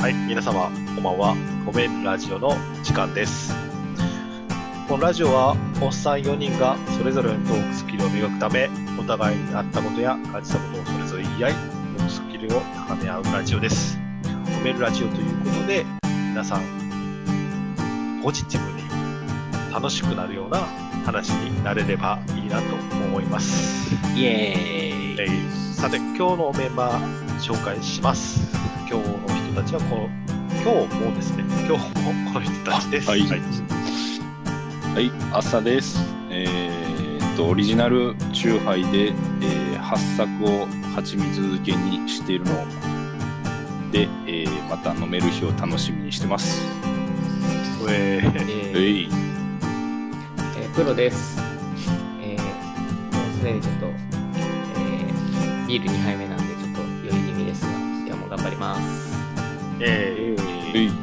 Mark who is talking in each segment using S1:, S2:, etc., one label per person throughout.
S1: はい、皆様、こんばんは。ごめんラジオの時間です。このラジオは、おっさん4人がそれぞれのトークスキルを磨くため、お互いにあったことや感じたことをそれぞれ言い合い、トークスキルを高め合うラジオです。ごめんラジオということで、皆さん、ポジティブに楽しくなるような話になれればいいなと思います。
S2: イエーイ、
S1: えーさて今日のメンバー紹介します今日の人たちはこの今日もですね今日もこの人たちです
S3: はい。はい、朝です。えーっと、オリジナルチューハイで、えー、発作を蜂蜜漬けにしているので、えーまた飲める日を楽しみにしてます。
S1: えー
S4: え
S3: え
S4: ー
S3: い、
S4: えープロです。えーもうすでにちょっと、えービール2杯目なんで、ちょっと酔い気味ですが、今日も頑張ります。
S1: え
S3: えい、
S5: は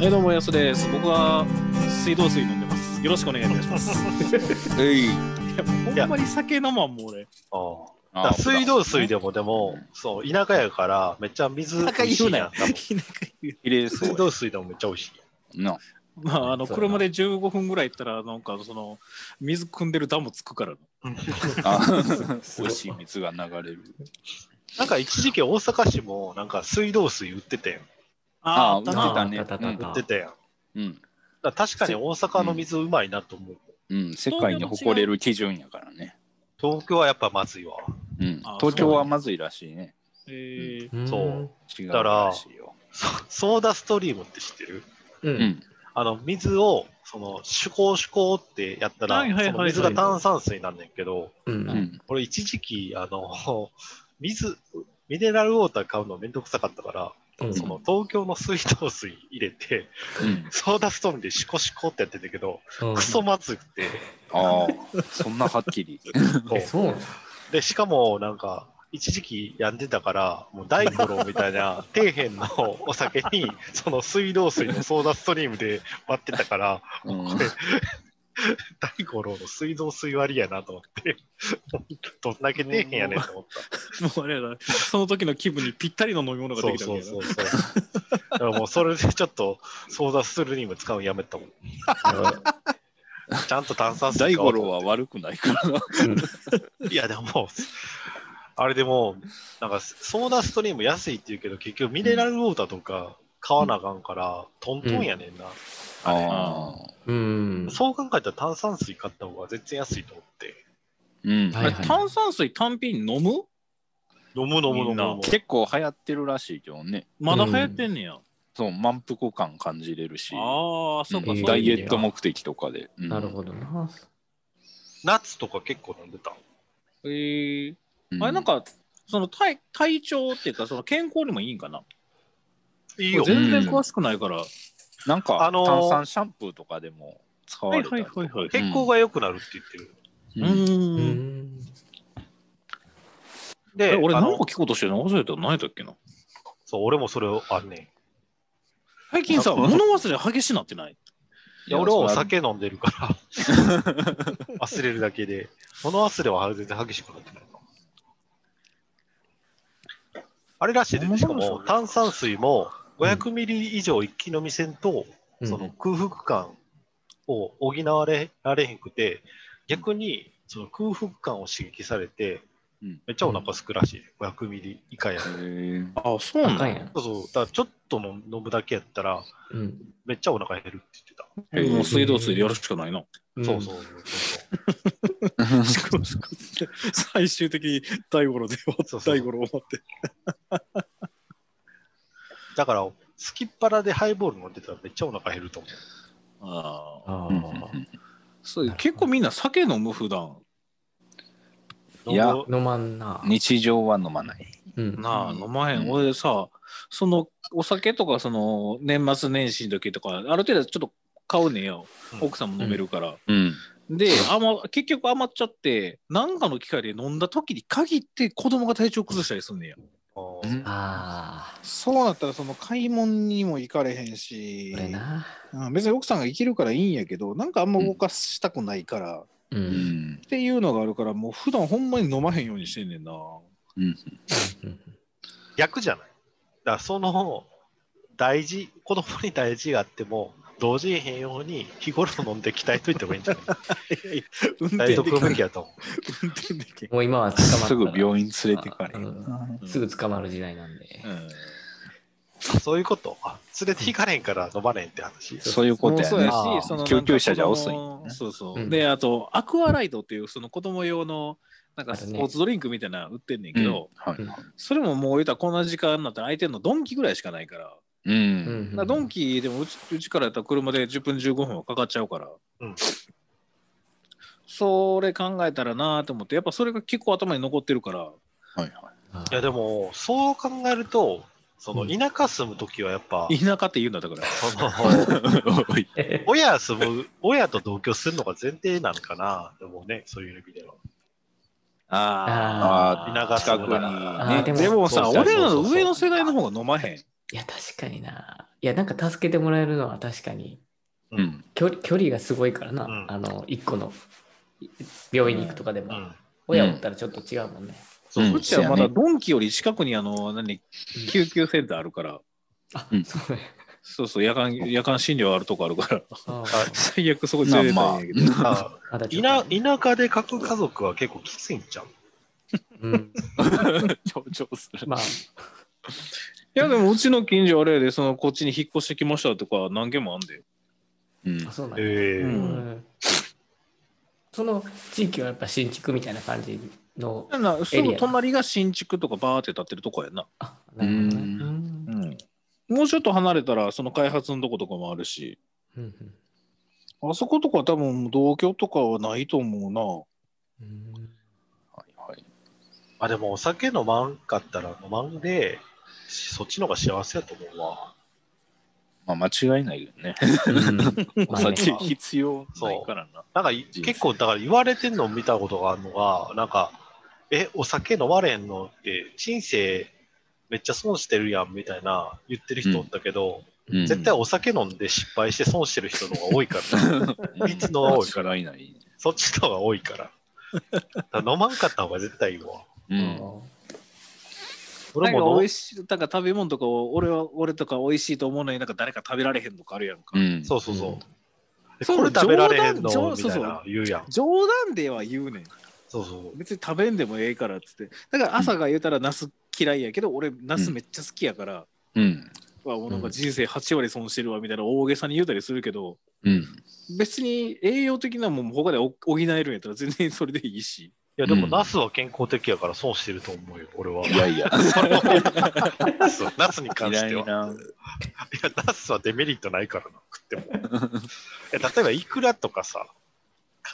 S5: い、どうも、やすです。僕は水道水飲んでます。よろしくお願いいたします。 い
S3: えい。
S5: や、もうほんまに酒飲まんもん、俺。
S1: ーあーだから水道水でもでもそう田舎やからめっちゃ水美味しいやん多分
S5: 田舎言う
S3: 綺麗そ
S1: 水
S3: う
S1: 道水でもめっちゃ美味しい
S3: や。な、
S5: まあ、あの、
S4: そうだな
S5: 車で15分ぐらい行ったら、なんか、その、水汲んでるダムつくから。
S3: あ美味しい蜜が流れる。
S1: なんか一時期大阪市もなんか水道水売ってたやん
S3: あー
S5: あった
S3: あ
S5: な。
S3: ね
S4: あったあったあった
S1: 売ってたやん
S3: うん、
S1: だから確かに大阪の水うまいなと思う
S3: うん、世界に誇れる基準やからね。
S1: 東京はやっぱまずいわ
S3: うん
S5: あ、
S3: 東京はまずいらしいね。
S5: えー
S1: そう
S3: 違う
S1: だから
S3: らしいよ。
S1: そソーダストリームって知ってる
S4: う。
S3: うんん、
S1: あの水をその手工手工ってやったら、
S5: はいはいはい
S1: その水が炭酸水なんねんけど、
S4: う。
S3: うんん、
S1: 俺一時期あの水ミネラルウォーター買うのめんどくさかったから、
S4: うん
S1: その東京の水道水入れて、
S3: うん。
S1: ソーダストームでシコシコってやってたけど、
S4: うん
S1: クソまずくて、
S3: ああ、 そんなはっきり。
S1: そう
S4: えそうなん
S1: でしかもなんか一時期やんでたから、もう大五郎みたいな底辺のお酒に、その水道水のソーダストリームで割ってたから、
S3: うん
S1: これ大五郎の水道水割りやなと思って、 どんだけ底辺やねんと思っ
S5: もうあれやな。その時の気分にぴったりの飲み物
S1: た。
S5: が
S1: そ
S5: で
S1: う
S5: きた
S1: そ
S5: わ
S1: うそ
S5: けど。
S1: うそう。だからもうそれでちょっとソーダストリーム使うのやめたもん。ちゃんと炭酸水
S3: 大
S1: 買お
S3: 五
S1: うと
S3: 郎は悪くないからな。
S1: いやでも、あれでも、なんかソーダストリーム安いって言うけど、結局ミネラルウォーターとか買わなあかんから、トントンやねんな。
S3: ああ。
S4: うん。
S1: そう考えたら炭酸水買った方が全然安いと思って。
S3: うん。
S4: はい
S5: あれ炭酸水単品飲む
S1: 飲む飲む飲
S5: みん
S1: む
S5: な
S1: 飲む。
S3: 結構流行ってるらしいけどね。
S5: まだ流行ってんねや。
S3: そう、満腹感感じれるし、
S5: ああ、そうか、
S4: うん
S5: そう
S3: ダ
S5: いう
S3: イエット目的とかで。
S4: なるほどな。
S1: 夏とか結構飲んでた。
S5: えー
S3: ど
S5: あれ、なん、か、その体体調っていうか、その健康にもいいんかな。
S1: いいよ。
S5: 全然詳しくないから。
S3: なんか、
S1: あのー
S3: 炭酸シャンプーとかでも使われたりとか。
S5: はいはいはいはい
S1: 血行が良くなるって言ってる。
S3: う
S5: う。
S4: う
S3: ん
S4: んん。
S1: で、
S5: え俺
S1: あ
S5: なん
S1: の
S5: か聞こうとしてるの忘れた何やったっけな
S1: そう俺もそれをあんねん。い
S5: 最近さ
S3: あ
S5: 物忘れ激しなってない
S1: や、俺はお酒飲んでるから、忘れるだけで、物忘れは全然激しくなってないな。あれらしいですね。しかも炭酸水も500ミリ以上一気飲みせんと、その空腹感を補われられへんくて、逆にその空腹感を刺激されて
S3: うん、
S1: めっちゃお腹すくらしい、500ミリ以下や
S3: へ
S1: と。
S3: ー
S5: あそう
S4: あ
S5: な
S4: かん
S5: の
S4: やん
S1: そうそう、だからちょっと飲飲むだけやったら、
S4: うん。
S1: めっちゃお腹減るって言ってた。
S3: へー
S5: もう水道水でやるしかないな、
S1: そうそうそうそう。
S5: しかもしかも 最終的に大五郎で終わ
S1: そう
S5: っ
S1: そう
S5: 大五郎終わって
S1: だから、スキッパラでハイボール飲んでたらめっちゃお腹減ると思う。
S5: あ
S4: あ
S5: あ
S3: うん
S5: そう結構みんな酒飲む普段
S3: いや
S1: 飲む
S4: あ。飲まんな。
S3: 日常は飲まない。
S4: うん。
S5: なあ飲まへん、
S3: うん
S5: 俺さそのお酒とかその年末年始の時とかある程度ちょっと買うねんよ
S1: うん
S5: 奥さんも飲めるから、
S3: うん。
S5: で余結局余っちゃって何かの機会で飲んだ時に限って子供が体調崩したりすんねんや
S1: あー
S4: ああ。
S5: そうなったらその買い物にも行かれへんし
S4: これな。
S5: うん、別に奥さんが生きるからいいんやけどなんかあんま動かしたくないから、っ
S4: う。
S3: うんん。
S5: ていうのがあるからもう普段ほんまに飲まへんようにしてんねんな
S3: うん。
S1: 逆じゃない。だからその大事、子供に大事があっても、同時に変容に日頃飲んで鍛えといた方がいいんじゃない
S5: いやいや 運
S1: 鍛
S5: 転
S1: え
S5: で
S1: と
S5: き
S1: く
S5: な
S1: べ
S5: い
S1: き。だと思う。
S5: 運転できない
S4: もう今は捕まったら
S3: すぐ病院連れてかれへん
S5: うん
S4: すぐ捕まる時代なんで。
S3: うん
S1: あそういうこと。あ連れて行かれへんから飲まれへんって話。
S3: そういうことや
S5: もう
S3: ね
S1: あ。
S5: そう
S1: ー
S5: やし、その
S3: 救急車じゃ遅い
S5: なんか子供そうそう。
S4: うん
S5: で、あと、アクアライドっていう、その子供用の、なんか
S4: ある
S5: ス
S4: ね
S5: ポーツドリンクみたいなの売ってんねんけ
S3: うん
S5: ど、
S3: はい
S5: それももう言うたらこんな時間になったら空いてんのドンキぐらいしかないから、だか
S3: う
S4: うん
S3: ん。
S5: らドンキでもうちうちからやったら車で10分15分はかかっちゃうから、
S1: うん
S5: それ考えたらなと思って、やっぱそれが結構頭に残ってるから、
S3: はいはい。
S4: あ
S1: いや、でも、そう考えると、その
S4: うん
S1: 田舎住むときはやっぱ、
S5: 田舎って言うんだだから。
S1: その
S3: おい
S1: 親住む、 親と同居するのが前提なのかな、でもね、そういう意味では。
S5: あ
S1: あー田舎
S3: 近くに
S4: あー
S3: ね。
S5: で
S4: で
S5: も
S4: も
S5: さ、
S1: そうそう
S5: 俺
S1: そう
S5: ら
S1: そう
S5: の上の世代の方が飲まへ
S4: い
S5: ん。
S4: や、確かにな。いや、なんか助けてもらえるのは確かに。
S1: う。
S3: うんん。
S4: 距離距離がすごいからな。
S1: うん
S4: あの、一個のい病院に行くとかでも。
S1: うん。
S4: 親おったらちょっと違うもんね。
S1: そう
S3: うん
S5: うちはまだドンキより近くにあの、何、救急センターあるから、
S4: あ
S3: うん
S4: そうね。
S5: そうそう、夜間、夜間診療あるとこあるから、
S4: あ
S5: 最悪そこ連れてたんやけど。
S1: だか
S4: まだちょっ
S1: ら
S4: とね
S1: 田田舎で書く家族は結構きついんちゃう
S4: うん
S3: 上場す る。
S4: まあ、
S5: いや、でもうちの近所あれやで、その、こっちに引っ越してきましたとか何件もあんで。
S3: うん
S4: あ。そうなんや
S1: え
S5: う
S4: うん
S1: え
S4: んその地域はやっぱ新築みたいな感じの。
S5: なす
S4: エリア
S5: ぐ
S4: な
S5: 隣が新築とかバーって建ってるとこやな。
S4: あ
S3: う
S4: なるほどね。
S3: ん。
S5: うん。もうちょっと離れたら、その開発のとことかもあるし、
S4: うんうん
S5: あそことかは多分同居とかはないと思うな。
S4: うん
S3: はいはい。
S1: まあでもお酒飲まんかったら飲まんで、しそっちの方が幸せやと思うわ。
S3: まあ間違いないよね。お
S4: まあね
S3: 酒必要ないからな。
S1: なんかい
S3: 人生
S1: 結構だから言われてんのを見たことがあるのが、なんか、え、お酒飲まれんのって人生めっちゃ損してるやんみたいな言ってる人おったけど、
S3: うん
S1: 絶対お酒飲んで失敗して損してる人の方が多いから、いつの多いから
S3: 間違いない。
S1: そっちの方が多いから。だから飲まんかった方が絶対いいわ。
S4: う
S3: う
S4: ん
S3: ん。
S1: 俺
S5: なん
S1: も
S5: か
S1: 飲
S5: 美味しい、なんか食べ物とかを俺は、俺とか美味しいと思うのになんか誰か食べられへんとかあるやんか。
S3: うん。
S1: そうそうそう。
S4: うん
S1: で
S5: そう
S1: これ食べられへん
S5: 冗談
S1: のみ
S5: 冗
S1: たいな言うやん。
S5: 冗談では言うねん。
S1: そうそう。
S5: 別に食べんでもええからっつって。だから朝が言うたらナス嫌いやけど、俺ナスめっちゃ好きやから、
S3: うん。
S5: わもうなんか人生8割損してるわみたいな大げさに言うたりするけど、
S3: うん。
S5: 別に栄養的なもん他で補補えるんやったら全然それでいいし。
S1: いや、でも、
S3: うん
S1: ナスは健康的やから損してると思うよ、俺は。
S3: いやいや。
S1: そうナスに関し
S3: 嫌
S1: て
S3: い
S1: は。い
S3: な。
S1: や、ナスはデメリットないからな、食っても。え例えば、イクラとかさ、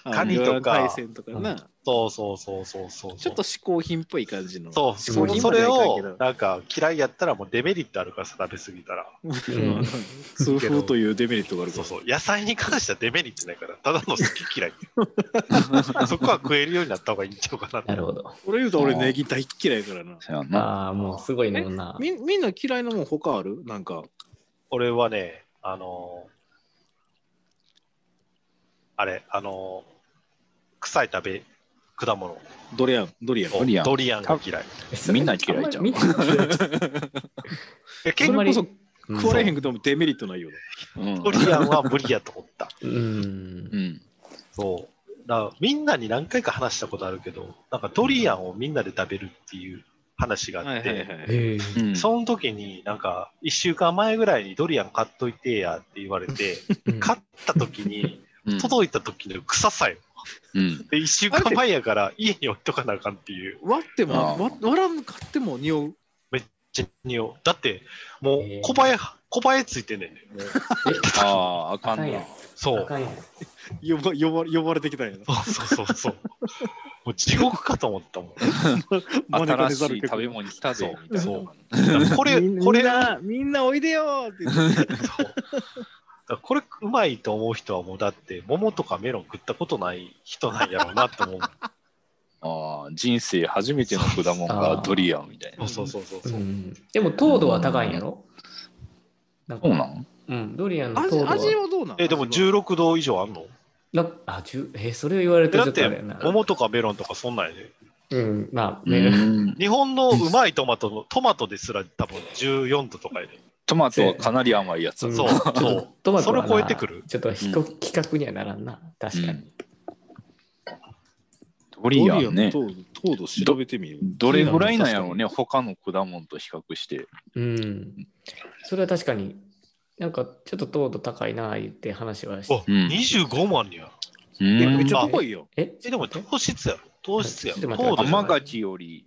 S1: カニとか
S5: 海鮮とかな、
S4: うん
S1: そうそうそうそうそう。
S5: ちょっと嗜好品っぽい感じの。
S1: そう、
S5: 嗜
S1: そ
S5: 好
S1: う
S5: 品
S1: そ
S5: まで
S1: れ
S5: はいかんけ
S1: を
S5: ど、
S1: なんか、嫌いやったらもうデメリットあるからさ、食べ過ぎたら。
S4: うん
S5: 痛風というデメリットがあるか
S1: そう
S5: ら。
S1: そう、野菜に関してはデメリットないから、ただの好き嫌い。 そこは食えるようになった方がいいんちゃうかなって
S4: なるほど。
S5: 俺言うと俺ネギ大っ嫌いやからな。
S3: そうやな。
S4: ああ、もうすごいもんな。
S5: みみんな嫌いなもん他あるなんか。
S1: 俺はね、あのーあれ、あのー臭い食べ、果物を
S5: ドリアン、ドリアン。
S1: ド
S3: ドリアン
S1: リアンが嫌い。
S3: みんな嫌いじゃん
S4: みんな嫌いじゃん。
S1: え
S5: そ
S1: 結
S4: あんま
S5: れこ
S4: り
S5: そ食われへんけどもデメリットないよな。
S3: うん
S1: 構ドリアンは無理やと思った。
S4: うん
S3: う。ん。
S1: そう。だからみんなに何回か話したことあるけど、なんかドリアンをみんなで食べるっていう話があって、
S5: い。
S4: へえ
S3: うん
S1: その時になんか1週間前ぐらいにドリアン買っといてやって言われて、買った時に、届いた時の臭さよ。
S3: うん。
S1: で、1週間前やから家に置いとかなあかんっていう。
S5: 割っても、
S3: あー
S5: 割割らん買っても匂う。
S1: ジェニオだって、もう
S4: えー
S1: 小林、小林ついてんねんね。もう
S3: ああ、あかん
S4: あかん
S3: な
S4: や。
S1: そ
S4: あ
S1: う
S4: か。んやん
S5: 呼ば呼ば呼ばれてきたんやな。
S1: そうそうそうそう。もう地獄かと思ったもん。
S3: 新しい食べ物来た
S1: そ
S3: ぜ
S1: う。
S3: みたい
S1: そう
S3: な。
S1: これ、
S5: みん
S1: これ、
S5: みん
S1: だか
S5: な、みんなおいでよーって言って。
S1: らこれうまいと思う人はもうだって、桃とかメロン食ったことない人なんやろうなと思う。
S3: ああ、人生初めての果物がドリアンみたいな。
S1: そうそうそうそう
S4: う
S1: そう。
S4: んでも糖度は高いんやろなんか
S3: そうなん
S4: うん、ドリアンの糖
S5: 味
S4: 度
S5: 味
S4: は
S5: はどうなん
S1: え、でも16度以上あんの
S4: なあ、じゅえーそれを言われる
S1: え
S4: と
S1: だ
S4: ちょ
S1: っ
S4: っとあ
S1: て
S4: れやな。、
S1: 桃とかメロンとかそんなんやで。
S4: うん、まあ、
S3: う
S4: メロン
S3: ん
S1: 日本のうまいトマトの、トマトですら多分14度とかやで。
S3: トマトはかなり甘いやつ。
S4: ん
S1: そう、
S4: ちょっ
S1: そう。
S4: トマトはな
S1: それを超えてくる
S4: ちょっと比較企画にはならんな。確かに。
S3: ドリアンね。
S5: ドリアン糖度調べてみる。
S3: どれぐらいなんやろうね、他の果物と比較して。
S4: うん。それは確かに、なんかちょっと糖度高いな言って話はして
S1: お、25万にやる。
S3: う
S5: いやめっ
S3: ん
S5: ちゃ濃いよ。
S4: え
S1: え、でも糖質やろ。糖質や
S4: ちょ
S1: ろ。
S4: っと待
S1: 糖
S4: って
S1: 度じゃ
S3: 甘
S1: ない。
S3: 柿より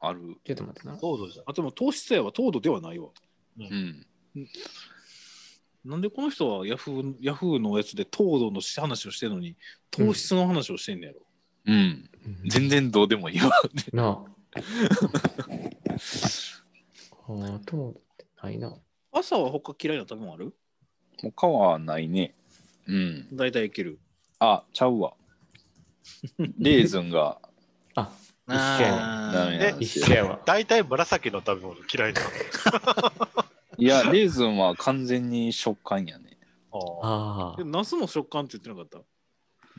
S3: ある。
S4: ちょっと待ってな。
S1: 糖度じゃない。
S5: あ、でも糖質やは糖度ではないわ。
S3: うん。
S5: なんでこの人はヤフーヤフーのやつで糖度の話をしてるのに、糖質の話をしてんねやろ。
S3: うん。全然どうでもいいわ。
S4: なあ。ああ、糖度ってないな。
S5: 朝は他嫌いな食べ物ある
S3: 他はないね。うん。
S5: 大体いける。
S3: あ、ちゃう わ。レーズンが
S4: あ、
S5: あ
S3: ダメなんです
S4: 一緒。
S3: よ
S4: やわ。
S1: 大体紫の食べ物嫌いなの。
S3: いや、レーズンは完全に食感やね。
S1: あ
S4: あ
S5: でナスも食感って言ってなかった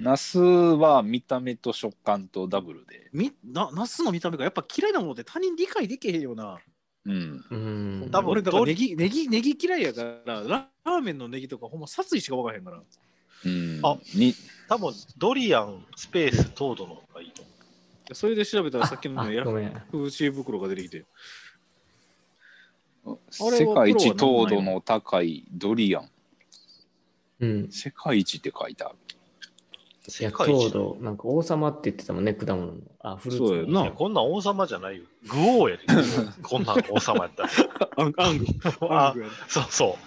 S3: ナスは見た目と食感とダブルで。
S5: みなナスの見た目がやっぱ嫌いなもので他人理解できへんよな。
S3: うん。
S4: あ。うん。
S1: 多分
S5: 俺だから
S1: ど
S5: ネギネギネギ嫌いやからララーメンのネギとかほんま殺意しか分からへんから。
S3: うん、
S1: あ
S3: に
S1: 多分ドリアンスペース糖度の方がいいと思
S5: それで調べたらさっき
S4: あ
S5: のヤ
S4: ご
S5: フ
S4: めん。
S5: ー知恵袋が出てきて。
S3: 世界一糖度の高いドリアン。
S4: うん。
S3: 世界一って書いてある。
S1: う。
S4: い
S1: 世
S4: や、
S1: 界一
S4: 糖度、なんか王様って言ってたもんね、果物の。あ、フルーツ
S5: そうや
S4: の。
S5: ない
S1: やこんなん王様じゃないよ。グオーやで。こんなん王様やったら。
S5: あんあんあ
S1: あ
S5: ん、
S1: そうそ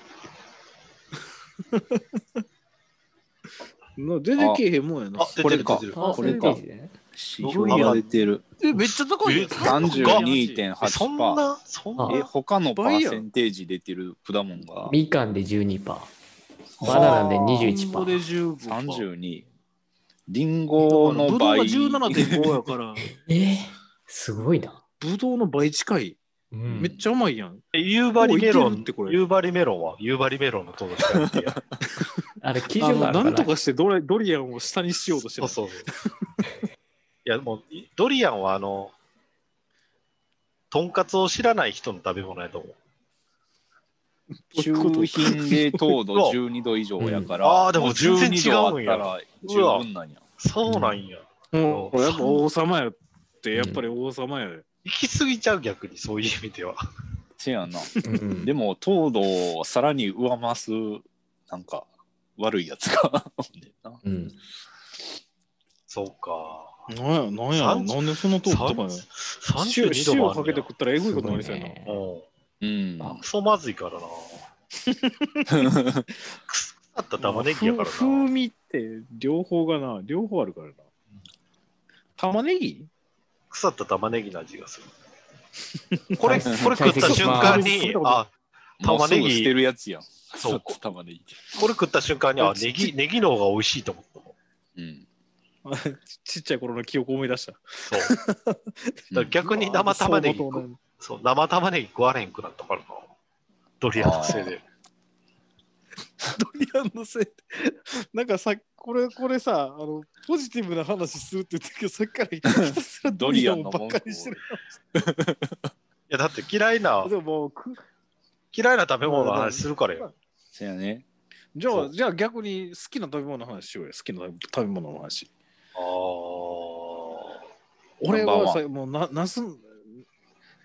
S5: な出てけえへんもんや
S1: う。
S5: な
S1: あ。、出てる出てる。
S4: パー
S3: こ
S4: セ
S3: れ
S4: ンテー
S3: か
S4: ジでね。
S3: 指標が出てる。
S5: えめっちゃ高いよ。
S1: え
S3: 32.8%
S1: えそんなそん
S4: あ
S3: え、
S1: な
S3: 他のパーセンテージ出てる果物が
S4: みかんで12%。バナナで21%。
S5: これ15。
S3: 32。リンゴの倍。
S5: ぶどうが17.5やから、
S4: えー、すごいな。
S5: ぶどうの倍近い。
S4: うん
S5: めっちゃうまいやん。
S1: え夕張メロ
S5: もういける
S1: ン
S5: ってこ、れ
S1: 夕張メロンは夕張メロンの糖度しかないってや。
S4: あれ、基
S5: あ
S4: 準があ
S5: の
S4: るか
S5: な
S4: なん
S5: とかしてドラドリアンを下にしようとして
S1: そう
S5: る。
S1: そうそう。いや、もう、いドリアンは、あの、とんかつを知らない人の食べ物やと思う。
S3: 中品で糖度12度以上やから、
S1: うんあーでも全然
S3: 12度あったら十
S1: 違うんや
S3: 分なんや。
S1: そうなんや。
S5: もうやっぱ王様やって、やっぱり王様やで。
S1: 行き過ぎちゃう、逆に、そういう意味では。
S3: せやな。
S4: うん
S3: でも糖度をさらに上回す、なんか悪いやつが。
S4: うん。
S1: そうか。
S5: なんや、なんや、
S1: 30
S5: なんでその糖度高いの塩
S1: 32度
S5: 塩
S1: もあ
S5: か
S1: る
S5: け
S1: ん
S5: て
S1: や
S5: 食ったらエグいことになりそうやな。
S4: すごいね
S1: うん。
S3: うん。
S1: クソまずいからな。腐った玉ねぎやから
S5: 風
S1: な。
S5: 風味って両方がな、両方あるからな。玉ねぎ
S1: 腐った玉ねぎの味がする。これ、これ食った瞬間に、あ、
S3: もう
S1: 玉
S3: す
S1: ねぎ
S3: ぐ捨てるやつやん。
S1: そう
S3: 腐った 玉ねぎ。
S1: これ食った瞬間に、あ、ネギ、ネギの方が美味しいと思った。
S3: うん。
S5: ちっちゃい頃の記憶を思い出した。
S1: そう。だから逆に生玉ねぎ食うそう、生玉ねぎ食われへんくなったからな。ドリアンのせいで。
S5: ドリアンのせいでなんかさこれこれさあのポジティブな話するって言ってるけどさっきからひたすらドリアンをばっかりしてる
S1: いや、だって嫌いな
S5: で、ももうく
S1: 嫌いな食べ物の話するからよ。
S3: せやね。
S5: じゃ
S1: そ
S5: あ
S1: う
S5: じゃあ逆に好きな食べ物の話しようよ好きな食べ物の話
S1: ああ。
S5: 俺
S3: ナンバー
S5: は
S3: ワン
S5: さもうななす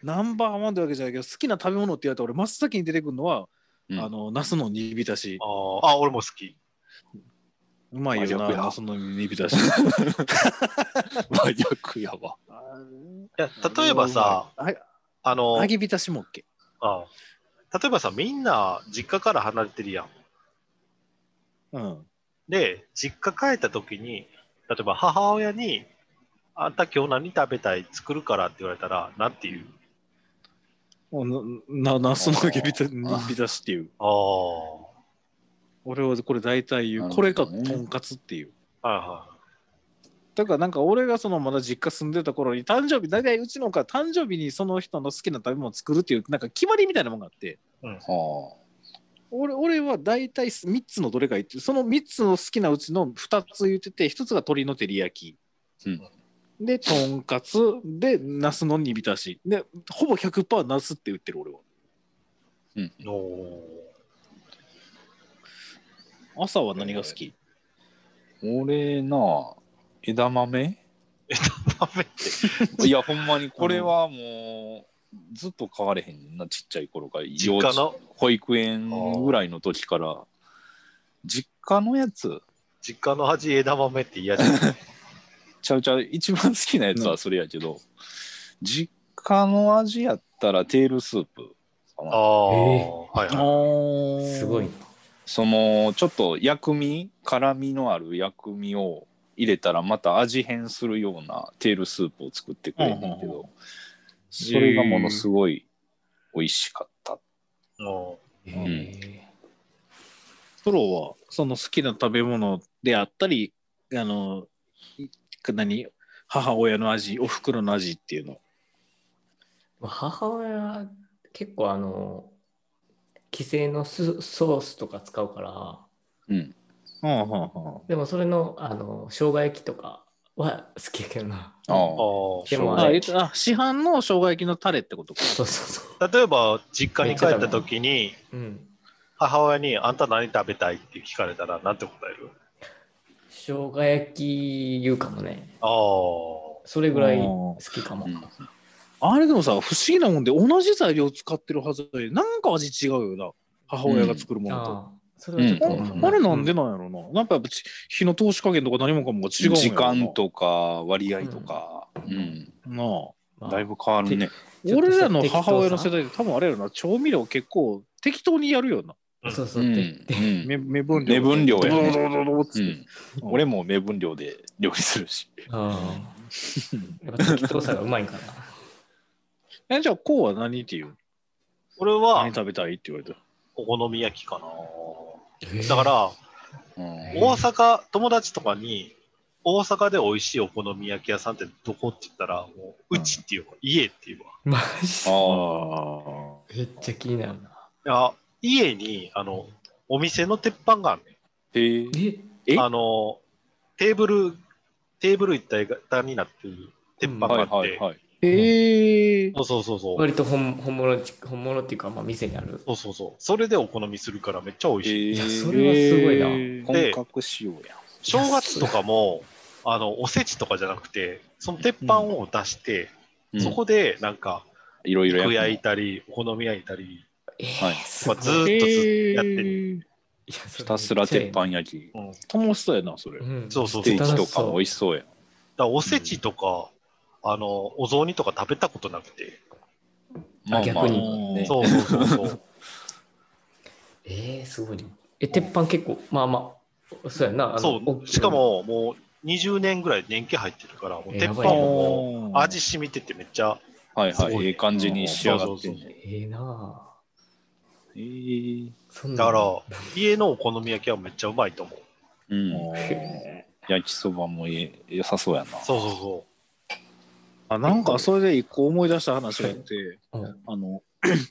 S5: ナンバーワンってわけじゃないけど好きな食べ物って言われたら俺真っ先に出てくるのは、
S3: うん
S5: あのナスの煮浸し
S1: あーあ、俺も好き。
S5: うまいよ
S3: 真
S5: な
S3: 逆や
S5: ナスの煮浸 し
S3: 和訳やば。
S1: いや例えばさ、
S5: あれ
S1: あの、
S5: 揚げ浸しも OK
S1: あー例えばさ、みんな実家から離れてるやん。
S5: うん
S1: で、実家帰った時に、例えば母親に、あんた今日何食べたい作るからって言われたら、なんて言う
S5: もうななナスの揚げ浸し煮浸しっていう
S1: ああ。
S5: 俺はこれ大体言う、
S3: なる
S5: こ
S3: ほど
S5: れ
S3: ね
S5: がとんかつっていう
S1: はいは
S5: だからなんか俺がそのまだ実家住んでた頃に誕生日大体うちの子は誕生日にその人の好きな食べ物を作るっていうなんか決まりみたいなもんがあって
S3: はあ。
S5: 俺俺は大体3つのどれか言ってその3つの好きなうちの2つ言ってて1つが鶏の照り焼き、でとんかつでナスの煮浸しでほぼ100%ナスって言ってる俺は
S3: うん
S1: お
S5: 朝は何が好き
S3: 俺なあ枝豆
S1: ー食べて
S3: いやほんまにこれはもうずっと買われへんねんなちっちゃい頃から
S1: 実家の
S3: 保育園ぐらいの時から実家のやつ
S1: 実家の味枝豆って嫌じ ゃない
S3: ちゃうちゃう一番好きなやつはそれやけど、実家の味やったらテールスープか
S1: あ
S3: な
S1: あ、
S4: え
S1: はいはい
S5: ー
S4: すごい。
S3: そのちょっと薬味辛みのある薬味を入れたらまた味変するようなテールスープを作ってくれるんだけ
S5: うんうん
S3: どそれがものすごい美味しかった、
S1: も
S4: え
S5: プロはその好きな食べ物であったりあのい何母親の味お袋の味っていうの
S4: 母親は結構あの、既製のスソースとか使うから、
S3: うん、
S5: はあはあは
S4: でもそれのあの生姜焼きとかは好きやけどな。
S1: う
S3: ああ
S1: あ
S4: でも
S5: あ
S4: あ
S5: え
S4: れ
S5: っとあ市販の生姜焼きのタレってことか
S4: そうそうそ
S1: あ例えば実家に帰った時に
S4: う。うん。
S1: 母親に「あんた何食べたい?」って聞かれたらなんて答える
S4: 生姜焼き言うかもね。
S1: ああ
S4: それぐらい
S5: あー
S4: 好きかも。
S3: うん
S5: あれでもさ不思議なもんで同じ材料使ってるはずでなんか味違うよな母親が作るものと。
S4: ああ、それはちょっと、
S3: うん
S5: あれなんでなんやろな、なんかやっぱち火の通し加減とか何もかもが違うんやろな
S3: 時間とか割合とか、うん
S5: なあ
S4: まあ
S3: だいぶ変わるね
S4: ちょっと
S5: 俺
S4: した
S5: らの母親の世
S4: 適
S5: 代で多分あれやろな調味料結構適当にやるよな
S4: 当さそう
S3: う
S4: そう。
S3: ん
S4: で
S3: うん
S5: 目目分量
S3: 目分量やね
S5: ドロドロドロドロっつ
S3: う
S5: って
S3: ん俺も目分量で料理するし
S4: ああ。やっぱ適当さがうまいんかな。
S5: えじゃあこうは何っていう
S1: 俺は
S5: 何食べたいって言われた
S1: お好み焼きかなだから
S3: うん
S1: 大阪友達とかに大阪で美味しいお好み焼き屋さんってどこって言ったらもううちっていうか家っていうわ
S4: マジで
S3: あ
S4: めっちゃ気になるな。
S1: いや家にあのお店の鉄板があるね
S3: ーへえ
S4: え
S3: え
S1: あのテーブルテーブル一体型になってる鉄板があ
S3: は
S1: っ
S3: い
S1: て、
S3: はいはい
S5: えー、
S1: そうそうそうそう
S4: 割と本本物ち本物っていうか、まあ、店にある。
S1: そうそうそうそれでお好みするからめっちゃ美味しい
S4: いやそれはすごいな
S1: で
S3: 本格仕様や
S1: 正月とかもあのおせちとかじゃなくてその鉄板を出して、
S3: ん
S1: そこでなんか
S3: いろいろ
S1: 肉
S3: や
S1: 焼い
S3: る
S1: たりお好み焼いたり、
S4: え
S3: はい
S4: ー、す
S1: ま
S4: ご
S1: あ、
S4: い
S1: ずーっとずやってる、
S3: ひたすら鉄。板焼き
S1: うん、だか
S5: 楽しそうやなそれ、
S4: うん、
S1: そうそう
S3: ステーキとかも美味
S4: し
S3: しそうや
S1: らおせちとか、あのお雑煮とか食べたことなくて、
S3: まあまあ
S4: 逆
S5: に
S3: ね
S1: そうそうそう そう
S4: そう。えー、すごいね。え、鉄板結構、まあまあ、そうやんな。あの
S1: そ
S4: お
S1: うしかももう20年ぐらい年季入ってるからもう鉄板ももう味染みててめっちゃ
S3: はい
S1: すご
S3: はいい
S1: ね
S3: ええ感じに仕上がってん
S1: そう
S3: ね
S4: ええなあ
S3: えー
S4: そん
S1: だ
S4: な
S1: か
S4: ん
S1: ら家のお好み焼きはめっちゃうまいと思う
S3: うん
S4: へ
S3: 焼きそばもえ良さそうやな
S1: そうそうそ
S5: あなんかそれで一個思い出した話があって、
S4: うん
S5: あの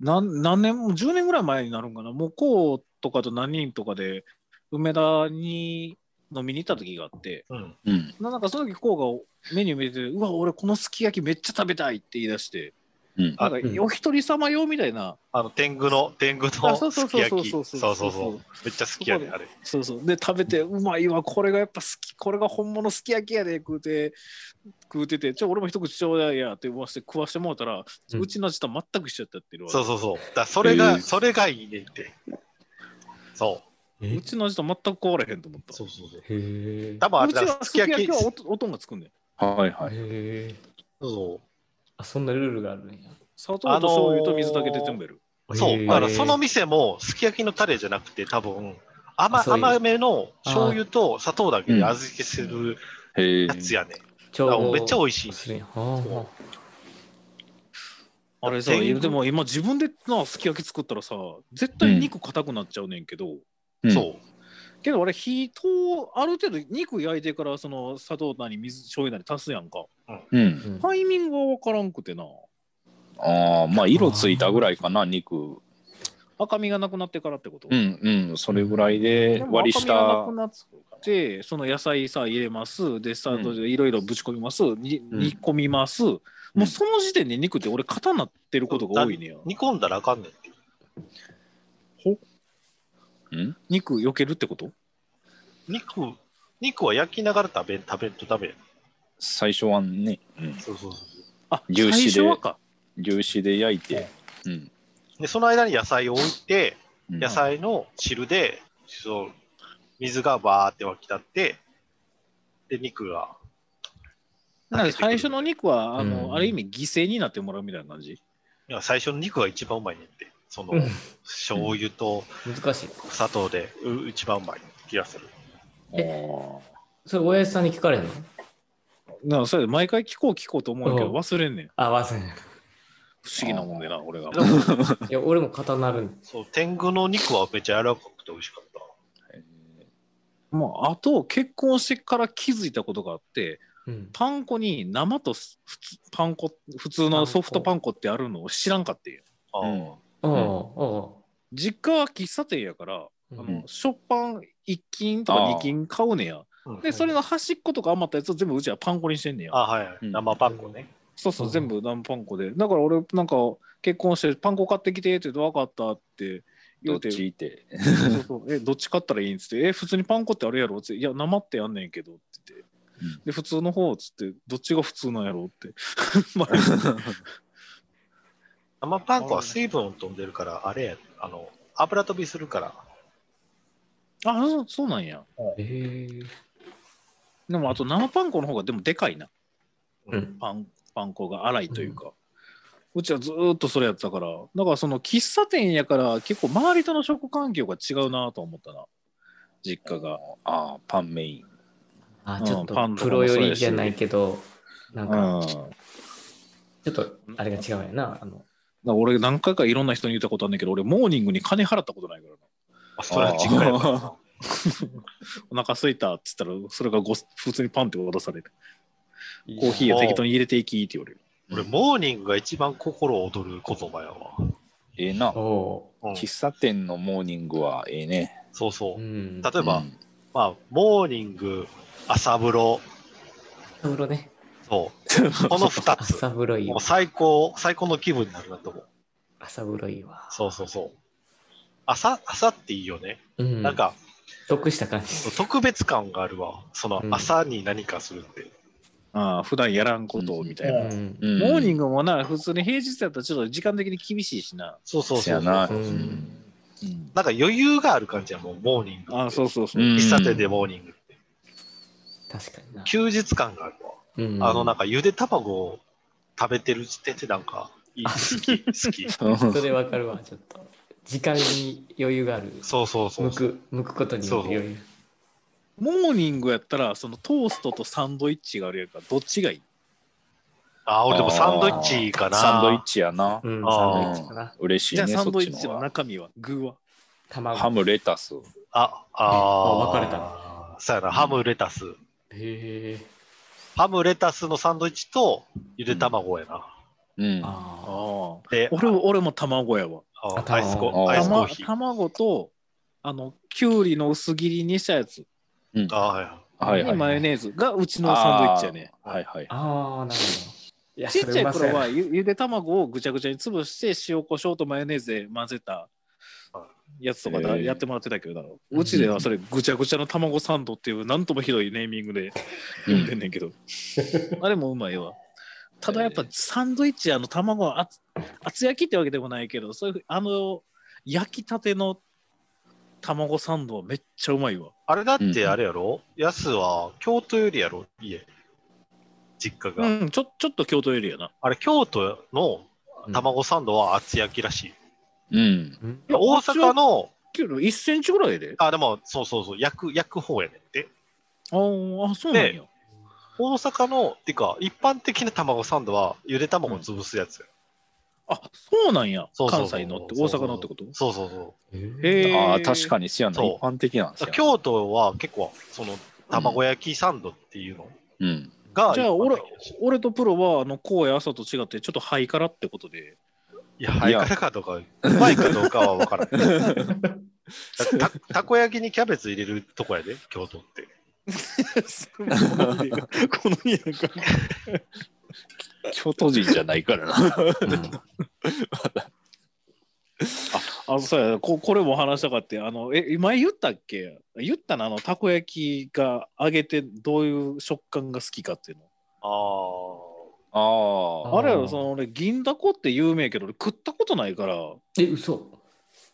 S5: なん何年もう10年ぐらい前になるんかなもうこうとかと何人とかで梅田に飲みに行った時があって
S1: ううん
S3: うん
S5: ななんかその時こうがメニュー見てて「うわ俺このすき焼きめっちゃ食べたい」って言い出して
S3: うん
S5: なん
S4: うん
S5: かお一人様用みたいな、
S1: あの天狗の天狗
S5: あそう
S1: の
S5: そ
S1: すき
S5: うそう
S1: 焼
S5: そう
S1: き
S5: そ
S1: そうう
S5: そ
S1: そうう
S5: そう
S1: そうめっちゃ好きやね
S5: そこ
S1: あれ
S5: そうそうで食べて「うまいわこれがやっぱ好きこれが本物すき焼きやで」食うて食うてて「ちょ俺も一口ちょうだいや」って思わせて食わしてもらったら、
S4: う
S5: うんちの味と全く一緒やったっていうのは
S1: そうそうそう。だからそれが、
S3: えー
S1: それがいいねんって。そう。
S4: え
S5: うちの味と全く変わらへんと思った。
S1: そうそうそう。
S4: へえ
S1: 多分あ
S5: う
S1: れ
S5: ち
S1: だ
S5: は、
S1: す
S5: す
S1: き
S5: き
S1: 焼
S5: 焼
S1: き。
S5: きは
S1: そう
S5: 音音がつくんだよ。
S3: はいはい
S4: へえ
S1: そ
S4: あそんなルールがあるんや
S5: 砂糖と醤油と水だけで全部やる。
S1: う。そ
S4: へ
S1: う。
S4: え
S1: だからその店も、すき焼きのタレじゃなくて、多分、甘
S4: あそういう
S1: 甘めの醤油と砂糖だけで味付けする
S3: へえ
S1: やつやねん。
S4: ち
S1: だから
S4: ょ
S1: めっちゃ美味しい。
S4: するんやは
S5: あれさ、
S1: 天狗
S5: いやでも今自分でなすき焼き作ったらさ、絶対肉硬くなっちゃうねんけど、
S3: うん
S1: そう。
S5: けどあれ火通、ある程度肉焼いてからその砂糖なり水、醤油なり足すやんか。
S3: うん
S4: あ
S5: タイミングがわからんくてな。
S3: ああまあ色ついたぐらいかな肉
S5: 赤みがなくなってからってこと。
S3: うんうんそれぐらいで
S5: でも
S3: 割り下
S5: 赤みがなくなって、その野菜さ、入れます。で、砂糖
S3: う
S5: でいろいろぶち込みます。に
S3: ん
S5: 煮込みます。もうその時点で肉って俺、硬なってることが多いねや。
S1: 煮込んだらあかんねんって。
S3: ん
S5: 肉避けるってこと
S1: 肉、肉は焼きながら食べ、食べんと食べん。
S3: 最初はね、うん、
S1: そうそうそう。
S5: あ
S3: 牛
S5: 最
S3: 脂で
S5: 初はか。
S3: 粒子で焼いて、うん、
S1: で、その間に野菜を置いて、
S3: うん
S1: 野菜の汁で、そう、水がバーって湧き立って、で、肉が。
S5: なんか最初の肉は、あの、
S4: うん
S5: ある意味犠牲になってもらうみたいな感じ。
S1: いや、最初の肉が一番うまいねんって。その
S4: うん、
S1: 醤油と
S4: 難しい。
S1: 砂糖で、う一番うまい気がする。
S4: え
S3: お
S4: それ、親父さんに聞かれるの
S5: なんかそれ毎回聞こう聞こうと思うんやけど、
S4: うん
S5: 忘れんねん。
S4: あ、忘れない。
S5: 不思議なもんでな、俺が。
S1: でも
S4: いや、俺も肩なるん
S1: そう、天狗の肉はめっちゃ柔らかくて美味しかった。
S5: もうあと、結婚してから気づいたことがあって、
S4: うん。
S5: パン粉に生とす普通パン粉、普通のソフトパン粉ってあるのを知らんかってん
S1: あー
S3: うん
S4: おうお
S5: 実家は喫茶店やから、
S4: う
S5: あ
S4: う
S5: の、食パン1斤とか2斤買うねや。
S1: うん
S5: で、それの端っことか余ったやつを全部うちはパン粉にしてんねや。
S1: あ、はい。
S3: うん
S1: 生パン粉ね。
S5: そうそうう、
S4: ん
S5: 全部生パン粉で。だから俺、なんか、結婚してパン粉買ってきてって言うと、分かったって
S3: ど
S5: 言
S3: っ
S5: うて、
S3: ちって。
S5: そうそうえ、どっち買ったらいいんっつって、え、普通にパン粉ってあるやろっつって、いや、生ってやんねんけどって言っ
S3: う
S5: て。
S3: ん
S5: で、普通の方っつって、どっちが普通なんやろって。 まあ
S1: 生パン粉は水分を飛んでるから、あれや、あの、油飛びするから。
S5: あそう、そうなんや。
S4: えー
S5: でも、あと生パン粉の方が、でもでかいな。
S4: うん。
S5: パン、パン粉が粗いというか。うちはずーっとそれやったから、だからその喫茶店やから結構周りとの食環境が違うなと思ったな、実家が。
S3: ああ、パンメイン。
S4: あ
S5: うん
S4: ちょっと
S5: パンとか
S4: プ
S5: も
S4: ロ寄りじゃないけど、なんか
S5: うん
S4: ちょっとあれが違うよな。あの
S5: だから俺何回かいろんな人に言ったことあるんだけど俺モーニングに金払ったことないからな
S1: あそれは実家やからな。
S5: お腹空すいたっつったらそれがご普通にパンって渡される
S4: コ
S5: コーヒーを適当に入れていきって言われる
S1: 俺、モーニングが一番心躍る言葉やわ。
S3: ええな
S4: お。
S1: う
S4: お
S1: ん
S3: 喫茶店のモーニングはええね。
S1: そう
S4: う。
S1: そうう。
S4: ん。
S1: 例えば、
S3: うん
S1: まあ、モーニング、朝風呂、
S4: 朝風呂ね。
S1: そう。この二つ。
S4: 朝風呂いい
S1: も
S4: わ
S1: う。最高、最高の気分になるなと思う。
S4: 朝風呂いいわ。
S1: そうそうそう。朝、朝っていいよね。
S4: うん。
S1: なん、か、
S4: 得した感じ。
S1: 特別感があるわ。その
S4: う、ん
S1: 朝に何かするって。
S5: ああ普段やらんことをみたいな、
S4: うん。
S3: うん
S5: モーニングもな普通に平日だったらちょっと時間的に厳しいしな、
S1: そうそう
S3: せ
S1: そ
S3: や
S1: う。
S3: な。
S1: そううそうんなんか余裕がある感じやもん、モーニング。
S5: ああそうそうそう、
S3: うん
S1: 喫茶店でモーニングって。
S4: 確かにな。
S1: 休日感があるわ。
S4: うん
S1: あの、なんか、ゆで卵を食べてる時点で、なんか、いい
S4: あ
S1: 好き、好き。
S4: それわかるわ、ちょっと。時間に余裕がある。
S1: そうそうそう
S4: 向。く、向くことによる余裕。
S5: モーニングやったらそのトーストとサンドイッチがあるやんからどっちがいい
S1: あ、俺でもサンドイッチかな。
S3: サンドイッ。チやな。
S4: うん、
S1: あ
S4: サ
S1: ー
S4: ンドイッチかな。
S3: 嬉しい
S5: じゃ
S3: ね。
S5: あサンドイッチ
S3: そっ
S5: の
S3: ち
S5: 中身は具は
S4: 卵。
S3: はハムレタス。
S1: あ、あ
S4: あ分かれ
S1: た。そうやな、ハム、レタス。
S4: へえ。
S1: ハム、レタスのサンドイッチと、ゆで卵やな。
S3: うん。
S4: あ
S5: ああ
S1: で、
S5: 俺も俺も卵やわ
S1: あ
S4: あ
S1: アイスコ
S3: 卵
S1: アイスコー
S5: 卵
S1: ヒー。
S5: 卵とあのきゅうりの薄切りにしたやつ
S3: うん
S1: あはいはい。
S3: はいは
S5: に
S3: い。
S5: マヨネーズがうちのサンドイッチやね。
S3: はいはい
S4: あ。。ああ、なるほど。いや
S5: ちっちゃい
S4: それうまそ
S5: 頃
S4: う
S5: は
S4: や
S5: ゆゆで卵をぐちゃぐちゃに潰して塩コショウとマヨネーズで混ぜたやつとかだ
S3: へえ
S5: やってもらってたけどな、うちではそれぐちゃぐちゃの卵サンドっていうなんともひどいネーミングで
S3: う
S5: 呼んで
S3: ん
S5: んねんけど、 あれもうまいわただやっぱサンドイッチあの卵は厚厚焼きってわけでもないけどそういうあの焼きたての卵サンドはめっちゃうまいわ
S1: あれだってあれやろ、やすは京都よりやろ家。実家が。
S5: うんちょちょっと京都エリアな
S1: あれ、京都の卵サンドは厚焼きらしい。
S3: うん。
S1: いや大阪の、
S5: けど1センチぐらいであ
S1: あ、でも、そうそうそう、焼く、焼く方やねんって。
S5: ーあそうなんや
S1: 大阪の、てか、一般的な卵サンドは、ゆで卵潰すやつや。
S5: あそうなんや
S1: そうそうそう
S5: 関西のって大阪のってこと
S1: そうそうそ
S4: へえ。
S5: へ
S3: ああ、確か
S5: に
S3: にせやな。
S1: そう
S3: 一般的なんです
S1: う。
S3: よ。
S1: 京都は結構、その、卵焼きサンドっていうの
S3: うん。
S1: が、
S5: じゃあ俺
S1: 一般的らしい
S5: 俺とプロはあの荒野朝と違ってちょっとハイカラってこと で
S1: いや、ハイカラかどうか、うまいかどうかは分からない。たたたこ焼きにキャベツ入れるとこやで、京都って。
S5: この家なんか
S3: 京都人じゃないからな。あ
S5: あそうやここれも話したかってあのえ前言ったっけ言ったなあのたこ焼きが揚げてどういう食感が好きかっていうの
S1: あ あ。
S3: ああ。
S5: あれやろその俺銀だこって有名やけど俺食ったことないから
S4: え、嘘。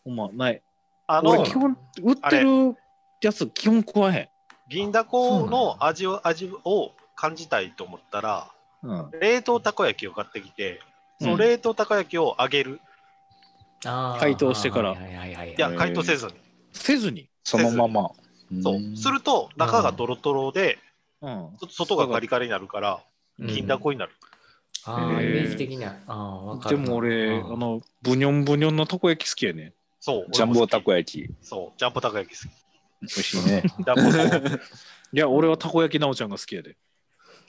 S5: ほんまない
S1: あ
S5: 俺
S1: の、
S5: 基本売ってるやつ基本食わへ
S1: 銀だこの味を味を感じたいと思ったら、
S5: ん、うん、
S1: 冷凍たこ焼きを買ってきて、その
S5: うん
S1: 冷凍たこ焼きを揚げる。
S4: あー
S5: 解凍してから
S4: はいはいはいはい
S1: いや、解凍せずに。
S5: せずに
S3: そのまま。
S1: そう。すると、中がドロドロで、
S5: うん
S1: そ外がカリカリになるから、銀だ。こになる。
S4: うんああ、
S3: え
S4: イ
S3: ー
S4: メージ的な。ああ、わか
S5: で
S4: る。
S5: も俺、
S4: うん
S5: あの、ブニョンブニョンのたこ焼き好きやね。
S1: そう。
S3: ジャンボたこ焼き。
S1: き。そう。ジャンボたこ焼き好き。
S3: 美味し いね。
S1: ジャンボ
S5: いや、俺はたこ焼きなおちゃんが好きやで。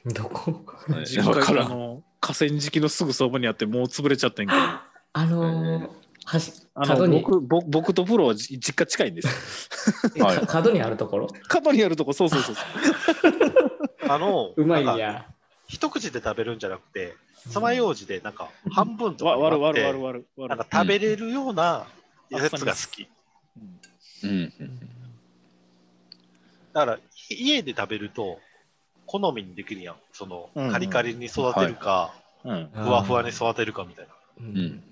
S4: どこ
S5: 実
S3: わか
S5: 家
S3: ら
S5: あ
S3: ん。
S5: の河川敷のすぐそばにあって、もう潰れちゃってんけど。あ
S4: あのー、端角
S5: の
S4: に
S5: 僕僕僕とプロはじ実家近いんです。
S4: えか角にあるところ
S5: 角にあるとこ、そうそうそうそう。
S1: あ の、
S4: うまいん
S1: なんか
S4: や。
S1: 一口で食べるんじゃなくて、爪楊枝でなんか半分とか
S5: わ
S1: に
S5: わ
S1: 割
S5: るわ
S1: っ
S5: るわる
S1: て、
S5: わるわ
S1: なん
S5: る
S1: か。食べれるようなやつが好き。
S5: うん
S3: うん。
S1: だからい家で食べると好みにできるやん。その
S5: うんうん
S1: カリカリに育てるか、
S5: うん、
S1: ふわふわに育てるかみたいな。
S4: う。
S3: うんん。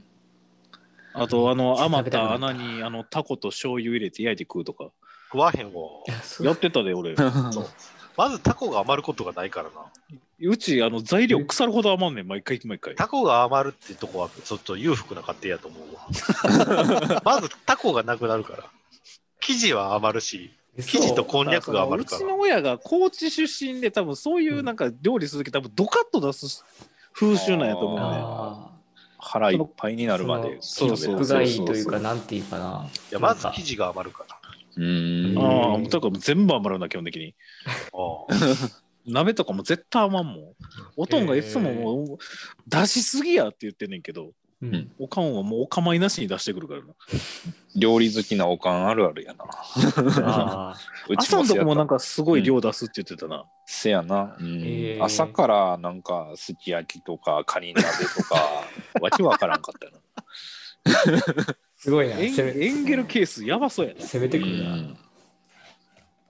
S5: あと、あの、
S4: 食
S5: 余
S4: べ
S5: った
S4: く
S5: た
S4: なった
S5: 穴にあのタコと醤油入れて焼いて食うとか。
S1: 食わへんわ。
S4: いやそう
S5: やってたで、俺。
S1: まずタコが余ることがないからな。
S5: うち、あの、材料腐るほど余んねん、毎回毎回。
S1: タコが余るってとこはちょっと裕福な家庭やと思う わ。まずタコがなくなるから。生地は余るし、生地とこんにゃくが余るか
S5: うち
S1: ら。
S5: の親が高知出身で多分そういうなんか料理する時多分ドカッと出す風習なんやと思うねん。
S4: ああ
S3: 腹いっぱいになるまで。
S4: その
S5: そうそう
S4: 服がいいというか、なんていうかな。
S1: いやまず生地が余るから。
S3: うーん。
S4: あ
S5: ああ、だからもう全部余るな、基本的に。
S1: あ
S5: 鍋とかも絶対余んもん。おとんがいつももう出しすぎやって言ってんねんけど、
S4: うん
S5: おかんはもうお構いなしに出してくるからな。
S3: 料理好きなおかんあるあるやな。
S4: ああ
S3: うちも
S5: 朝の
S3: せ
S5: とこ
S3: や
S5: もな
S3: な。
S5: んかすごい量出すって言ってたな。
S3: せやな。う
S4: へ
S3: ん
S4: ー
S3: 朝からなんかすき焼きとかカニ鍋とか、わけわからんかったな。
S4: すごいな。
S5: エン
S4: 攻め
S5: エンゲルケースやばそうやな。
S4: 攻めてくるな。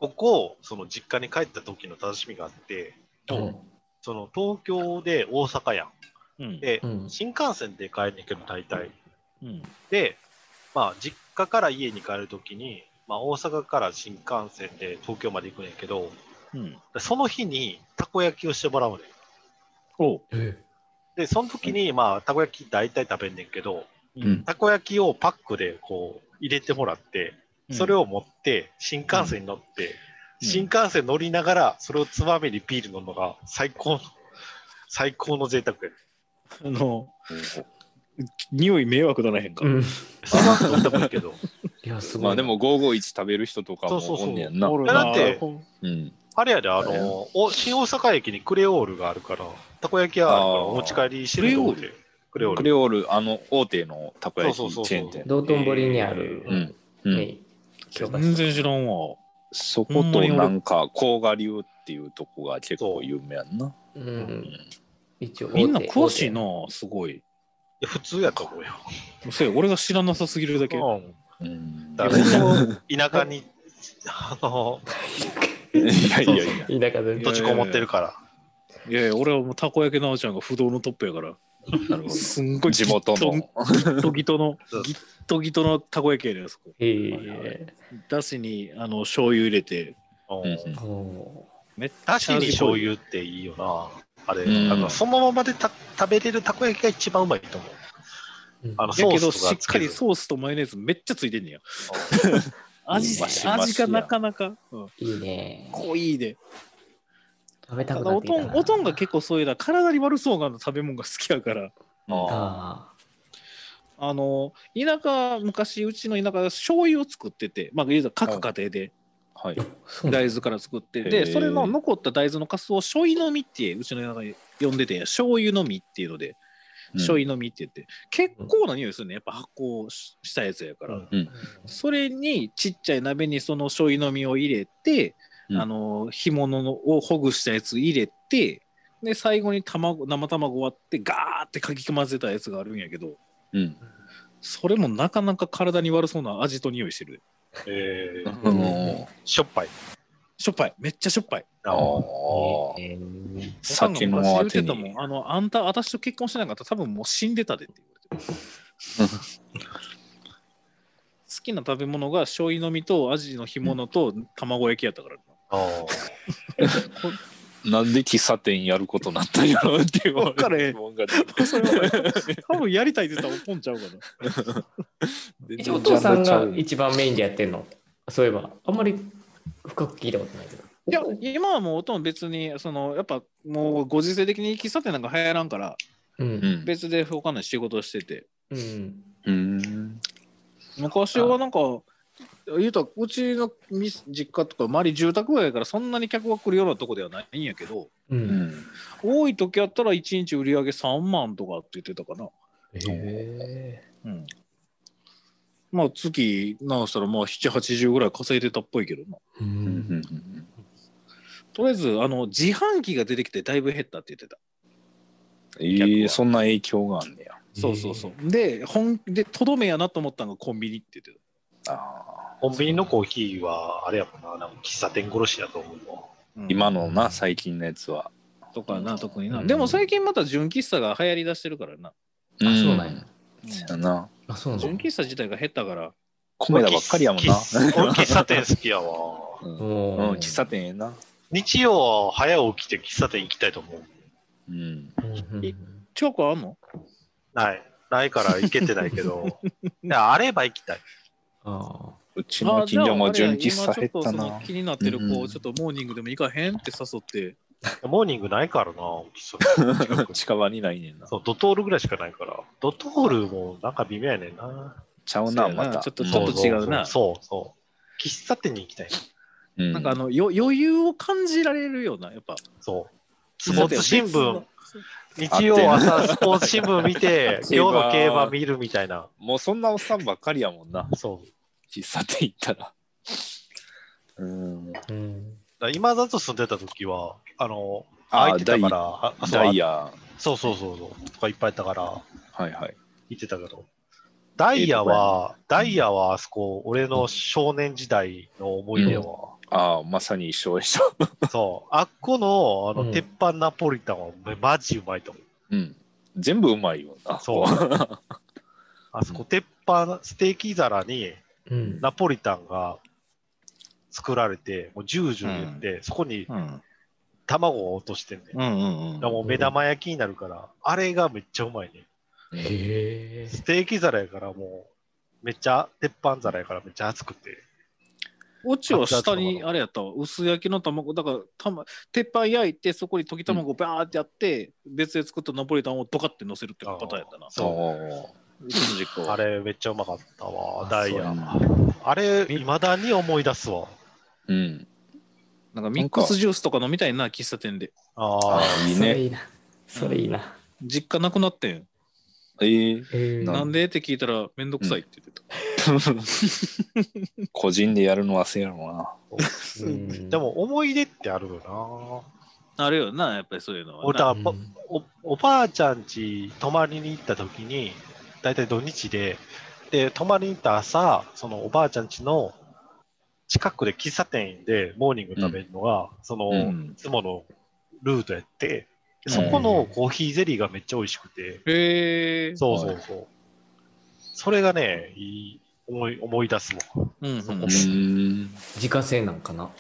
S1: ここ、その実家に帰った時の楽しみがあって、
S4: うん
S1: その東京で大阪やん。
S5: うん。
S1: で、
S4: うん
S1: 新幹線で帰んねんけど、大体。
S5: うん
S1: で、まあ、実家から家に帰るときに、まあ、大阪から新幹線で東京まで行くねんやけど、
S5: うん。
S1: その日にたこ焼きをしてもらうねん。
S5: おう。
S4: え
S1: で、その時に、まあ、たこ焼き大体食べんねんけど、
S3: うん
S1: たこ焼きをパックでこう入れてもらって、それ
S5: を。
S1: を持って、新幹線に乗って、
S5: うん
S1: 新幹線乗りながら、それをつまみにビール飲むのが最高の、最高の贅沢やねん。
S5: あの、匂い迷惑だなへんか
S4: う。ん。い
S1: その後飲んだもいいけど、
S4: や、すごいな。
S3: まあでも551食べる人とかもおんねやんな。
S5: おる
S1: だって
S3: うん
S1: あれやで、あ
S3: あれや
S1: の、お新大阪駅にクレオールがあるから、たこ焼き屋あるから
S3: あー
S1: お持ち帰りしてると思って。クレオー
S3: ク
S1: ル。
S3: レオール、あの大手のたこ焼
S1: そうそうそうそ
S3: き
S1: う
S3: チェーン店。
S4: 道頓堀にある。
S3: うん。う
S4: ね
S3: ん。
S4: 教科書
S5: 全然知らんわ。
S3: そことなんか、甲賀流っていうとこが結構有名やんな。
S4: うん。一応、
S5: みんな詳しいな、すごい。
S1: いや普通やと思うよ。
S5: せや俺が知らなさすぎるだけ。
S1: うん
S3: うん。
S1: だからこの田舎に、あの、
S3: いやいやい
S4: 大手。田舎で
S1: 閉じこもってるから。
S5: いやいや、俺はもうたこ焼きなおちゃんが不動のトップやから。
S3: や。なるほ
S5: すんご
S3: ど。
S5: い
S3: 地元
S5: ギ
S3: の。
S5: ットギトの
S1: そう、
S5: ギットギトのたこ焼きやで、あそこ。
S4: へえ。
S5: だしにあの醤油入れて。
S1: う
S3: うんん
S4: お
S5: めっ
S1: だしに醤
S5: 味
S1: 油っていいよな。あれ、
S3: うん
S1: あのそのままでた食べれるたこ焼きが一番うまいと思う。
S4: ー
S1: あの
S5: 濃い。やけ
S1: ソー
S5: ど、
S1: スと
S5: し
S1: か
S5: っかりソースとマヨネーズめっちゃついてんねや。味、
S3: マシマシや
S5: 味がなかなか、うん、
S4: いいね。
S5: 濃いで。
S4: 食べた
S5: た
S4: く
S5: だ
S4: なっ
S5: お
S4: て
S5: と
S4: きた
S5: ん、
S4: な
S5: おとんが結構そういうな、体に悪そうな食べ物が好きやから。
S3: あ
S4: あ
S5: あの田舎昔うちの田舎が醤油を作ってて、まあ、言うたら各家庭で
S3: あ。はい
S4: あ。。そうなんだ
S5: 大豆から作って、
S3: へー
S5: でそれの残った大豆のカスを醤油のみってうちの田舎呼んでて醤油のみっていうので醤油のみって言って、結構な匂いするねやっぱ発酵ししたやつやから、
S1: うん
S5: それにちっちゃい鍋にその醤油のみを入れて、
S3: うん
S5: あの干物をほぐしたやつ入れてで最後に卵生卵割ってガーってかき混ぜたやつがあるんやけど、
S3: うん。
S5: それもなかなか体に悪そうな味と匂いしてる。
S1: えー、
S3: あの
S1: しょっぱい。
S5: しょっぱい。めっちゃしょっぱい。
S1: あ
S3: ー
S4: えー
S3: 酒のあて
S5: おかんが昔言うて
S3: に
S5: たもんあの、あんた、私と結婚してなかったら多分もう死んでたでって言われてる。 好きな食べ物が醤油のみとアジの干物と卵焼きやったから。
S1: あー
S3: なんで喫茶店やることになったんやろうっていう
S5: わかれへん
S3: 疑問が
S5: それは多分やりたいって言ったら怒んちゃうから。
S3: 全
S4: え
S3: 然
S4: お父さん
S3: ジャ
S4: が
S3: ンルちゃう
S4: 一番メインでやってんのそういえば、あんまり深く聞いたことないけど。
S5: いや、今はもう音も別に、そのやっぱもうご時世的に喫茶店なんか流行らんから、
S4: うん。
S3: うん
S5: 別で他の仕事してて。
S4: うん。
S3: うん
S5: 昔はなんか、言うたらうちのみ実家とか周り住宅街やからそんなに客が来るようなとこではないんやけど
S4: う。
S3: うんん
S5: 多い時やったら1日売り上げ3万とかって言ってたかな、
S4: へ
S5: うん、まあ月直したらまあ780ぐらい稼いでたっぽいけどな
S4: ーう。
S3: うんん
S5: とりあえずあの自販機が出てきてだいぶ減ったって言ってた
S3: えー、そんな影響があんねや
S5: そうそうそうで本でとどめやなと思ったのがコンビニって言ってた
S3: あ
S1: コンビニのコーヒーは、あれやもんな、なんか喫茶店殺しやと思うわ。
S5: うん
S3: ー今のな最近のやつは
S5: とかな特にな、
S3: うん
S5: でも最近また純喫茶が流行りだしてるからな、
S3: あ
S4: そうなんや
S3: やな
S4: あ、そうな
S5: 純
S4: の
S5: 喫茶自体が減ったから
S3: 米田ばっかりやもんな
S1: 俺喫俺喫茶店好きやわ。
S3: う
S4: も
S3: んうん
S4: う、
S3: 喫茶店ええな
S1: 日曜は早起きて喫茶店行きたいと思う。
S3: うん
S4: うんうんうん
S5: チョコあんの
S1: ない。ないから行けてないけ ど。いやあれば行きたい。
S4: あ
S3: うちの近所も純喫茶減った
S5: あじゃああれや
S3: な
S5: 今ちょっとその気になってる子、
S3: うん
S5: ちょっとモーニングでも行かへんって誘って、
S1: モーニングないからな、喫茶 店近く
S3: 近場にないねんな
S1: そう、ドトールぐらいしかないから。ドトールもなんか微妙やねんな。
S3: ちゃうな
S5: そうやな
S3: また
S5: ちょっと
S3: うん
S5: ちょっと違うな
S1: そうそうそう。喫茶店に行きたい。
S3: うん
S5: なんかあのよ余裕を感じられるような、やっぱ。
S1: そう。スポーツ新聞、日
S3: あって
S1: 曜
S3: な、
S1: 朝スポーツ新聞見て
S3: 競馬
S1: 今日の競馬見るみたいな。
S3: もうそんなおっさんばっかりやもんな
S1: そう。
S3: 喫茶店行ったらうん
S4: あ。うん。
S1: だから今だと住んでた時は、あの、
S3: あ
S1: 空いてたから、ああそう
S3: ダイヤは
S1: そうそうそうそう、とかいっぱいいたから、
S3: いはい
S1: 行ってたけど。ダイヤは、ダイヤはあそこ、俺の少年時代の思い出は、
S3: ああまさに一緒でした
S1: そう、あっこのあ
S4: うん
S1: の鉄板ナポリタンはめマジうまいと思う。
S3: うん全部うまいよな
S1: そう。あそこ、鉄板、ステーキ皿に
S4: うん。
S1: ナポリタンが作られて、もうジュージュー言って、そこに
S5: うん。
S1: 卵を落としてんね、ん。だか
S5: うんうんうん
S1: ら。もう目玉焼きになるから、あれがめっちゃうまいね。
S4: へえ。
S1: ステーキ皿やからもう、めっちゃ、鉄板皿やからめっちゃ熱くて。
S5: オチは下にあれやったわ薄焼きの卵、だからた、ま、鉄板焼いて、そこに溶き卵をバーってやって、別で作ったナポリタンをドカって乗せるっていうパターンやったな。
S1: そう。
S5: うちの実家は
S1: あれめっちゃうまかったわ、
S4: あ
S1: ダイ
S4: そうや
S1: ヤ
S3: な。
S1: あれ、いまだに思い出すわ。
S3: ううん
S5: なんかミックスジュースとか飲みたいな、喫茶店で。
S1: あ
S3: あ
S1: あ、
S3: あいい
S4: それ
S3: ね
S4: いいな。それいいな。
S5: 実家なくなってん。
S3: えー
S4: へえ
S3: うん
S5: なんでって聞いたら、めんどくさいって言ってた。
S3: 個人でやるのはせやろな。
S4: うん
S1: でも思い出ってあるよ
S5: あるよな、やっぱりそういうの
S1: な。
S5: は
S1: 俺
S5: な。
S1: だ
S4: うん
S1: ぽお、おばあちゃん家泊まりに行った時に、だいたい土日で、で、泊まりに行った朝、そのおばあちゃん家の近くで喫茶店でモーニング食べるのが、その、
S3: うん
S1: いつものルートやって、でそこのコーヒーゼリーがめっちゃ美味しくて、
S5: へえ。
S1: そうそうそう。それがね、いい思い思い出すもん。
S5: うんうん
S1: う
S3: うん。
S4: 自家製なんかな。